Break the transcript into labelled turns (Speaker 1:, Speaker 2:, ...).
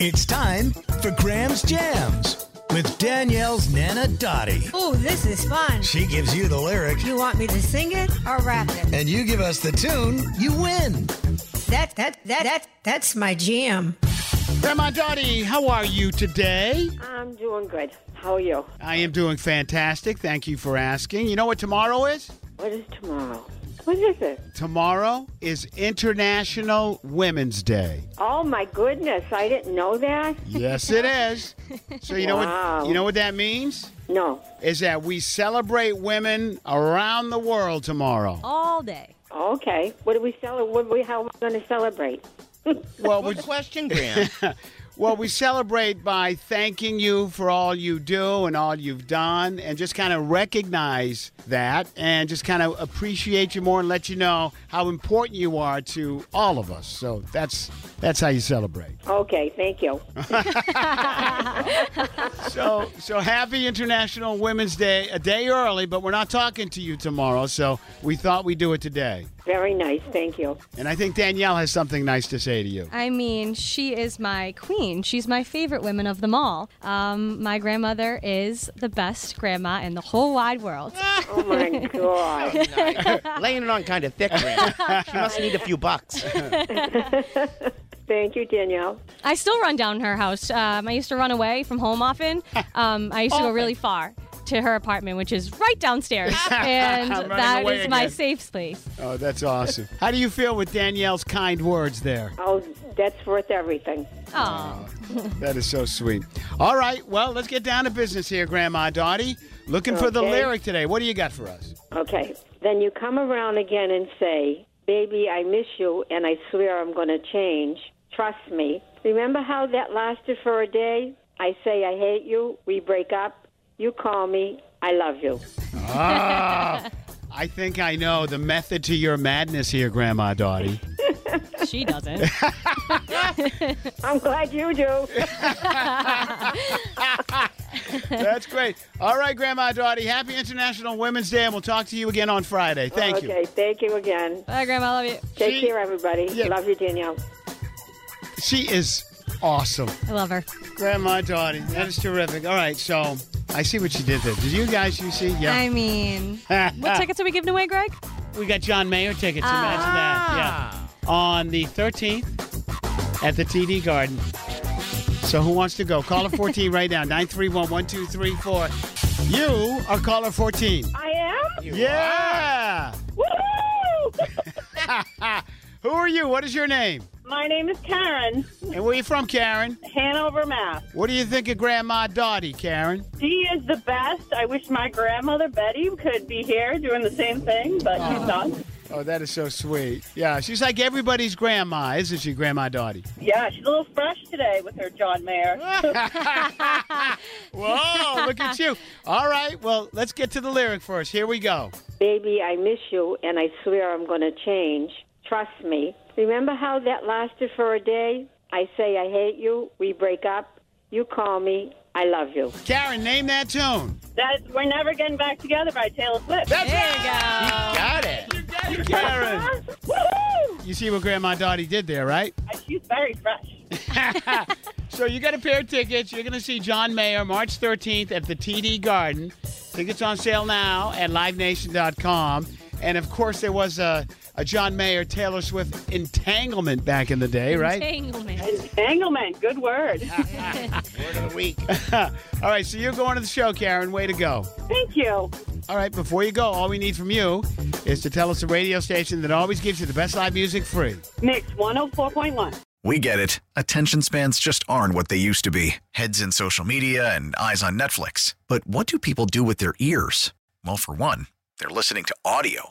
Speaker 1: It's time for Graham's Jams with Danielle's Nana Dottie.
Speaker 2: Oh, this is fun.
Speaker 1: She gives you the lyric,
Speaker 2: You want me to sing it or rap it?
Speaker 1: and you give us the tune, you win.
Speaker 2: That that that that that's my jam.
Speaker 3: Grandma Dottie, how are you today?
Speaker 4: I'm doing good. How are you?
Speaker 3: I am doing fantastic. Thank you for asking. You know what tomorrow is?
Speaker 4: What is tomorrow? What is it?
Speaker 3: Tomorrow is International Women's Day.
Speaker 4: Oh my goodness, I didn't know that.
Speaker 3: Yes, it is. So you know
Speaker 4: Wow.
Speaker 3: what you know what that means?
Speaker 4: No.
Speaker 3: Is that we celebrate women around the world tomorrow.
Speaker 5: all day.
Speaker 4: Okay. What do we celebrate? What we how are we going to celebrate?
Speaker 3: Well, we,
Speaker 6: Good question, Graham.
Speaker 3: well, we celebrate by thanking you for all you do and all you've done and just kind of recognize that and just kind of appreciate you more and let you know how important you are to all of us. So that's that's how you celebrate.
Speaker 4: Okay. Thank you.
Speaker 3: So so happy International Women's Day a day early, but we're not talking to you tomorrow, so we thought we'd do it today.
Speaker 4: Very nice. Thank you.
Speaker 3: And I think Danielle has something nice to say to you.
Speaker 5: I mean, she is my queen. She's my favorite woman of them all. Um, my grandmother is the best grandma in the whole wide world.
Speaker 4: Oh my god.
Speaker 6: Laying it on kind of thick, Graham. She must need a few bucks.
Speaker 4: Thank you, Danielle.
Speaker 5: I still run down her house. Um, I used to run away from home often. Um, I used to go really far to her apartment, which is right downstairs, and
Speaker 3: Running
Speaker 5: that
Speaker 3: away
Speaker 5: is my
Speaker 3: again.
Speaker 5: safe place.
Speaker 3: Oh, that's awesome. How do you feel with Danielle's kind words there?
Speaker 4: Oh, that's worth everything.
Speaker 5: Oh,
Speaker 3: That is so sweet. All right, well, let's get down to business here, Grandma Dottie. Looking for the
Speaker 4: Okay.
Speaker 3: lyric today. What do you got for us?
Speaker 4: Okay. Then you come around again and say, "Baby, I miss you, and I swear I'm going to change. Trust me." Remember how that lasted for a day? I say I hate you. We break up. You call me. I love you.
Speaker 3: I think I know the method to your madness here, Grandma Dottie.
Speaker 5: she doesn't.
Speaker 4: I'm glad you do.
Speaker 3: That's great. All right, Grandma Dottie, happy International Women's Day, and we'll talk to you again on Friday. Thank you.
Speaker 4: okay, thank you again.
Speaker 5: Bye, grandma. I love you.
Speaker 4: Take
Speaker 3: She-
Speaker 4: care, everybody.
Speaker 3: Yeah.
Speaker 4: Love you, Danielle.
Speaker 3: She is awesome.
Speaker 5: I love her.
Speaker 3: Grandma Dottie, that is terrific. All right, so I see what you did there. Did you guys, you see? Yeah.
Speaker 5: I mean, what tickets are we giving away, Greg?
Speaker 3: We got John Mayer tickets. Imagine that. Yeah. On the 13th at the TD Garden. So who wants to go? Caller 14 right now, 931 1234. You are caller 14.
Speaker 4: I am?
Speaker 3: yeah.
Speaker 4: Woo!
Speaker 3: Who are you? What is your name?
Speaker 4: My name is Karen,
Speaker 3: And where you from, Karen?
Speaker 4: Hanover, Mass.
Speaker 3: What do you think of Grandma Dottie, Karen?
Speaker 4: She is the best. I wish my grandmother Betty could be here doing the same thing, but she's not.
Speaker 3: Oh, that is so sweet. Yeah, she's like everybody's grandma, isn't she, Grandma Dottie?
Speaker 4: Yeah, she's a little fresh today with her John Mayer.
Speaker 3: Whoa, Oh, look at you. All right, well, let's get to the lyric first. Here we go.
Speaker 4: Baby, I miss you, and I swear I'm going to change. Trust me. Remember how that lasted for a day? I say I hate you. We break up. You call me. I love you.
Speaker 3: Karen, name that tune.
Speaker 4: That we're never getting back together by Taylor Swift. Ah,
Speaker 3: That's there you go. You got it. You Karen. You see what Grandma Dottie did there, right?
Speaker 4: Uh, She's very fresh.
Speaker 3: So you got a pair of tickets. You're going to see John Mayer March 13th at the TD Garden. Tickets on sale now at livenation.com. And of course, there was a, a John Mayer Taylor Swift entanglement back in the day, right?
Speaker 5: Entanglement.
Speaker 4: Entanglement, good word.
Speaker 6: Word of the week.
Speaker 3: all right, so you're going to the show, Karen. Way to go.
Speaker 4: Thank you.
Speaker 3: All right, before you go, all we need from you is to tell us the radio station that always gives you the best live music free.
Speaker 4: Mix 104.1.
Speaker 7: We get it. Attention spans just aren't what they used to be heads in social media and eyes on Netflix. But what do people do with their ears? Well, for one, they're listening to audio.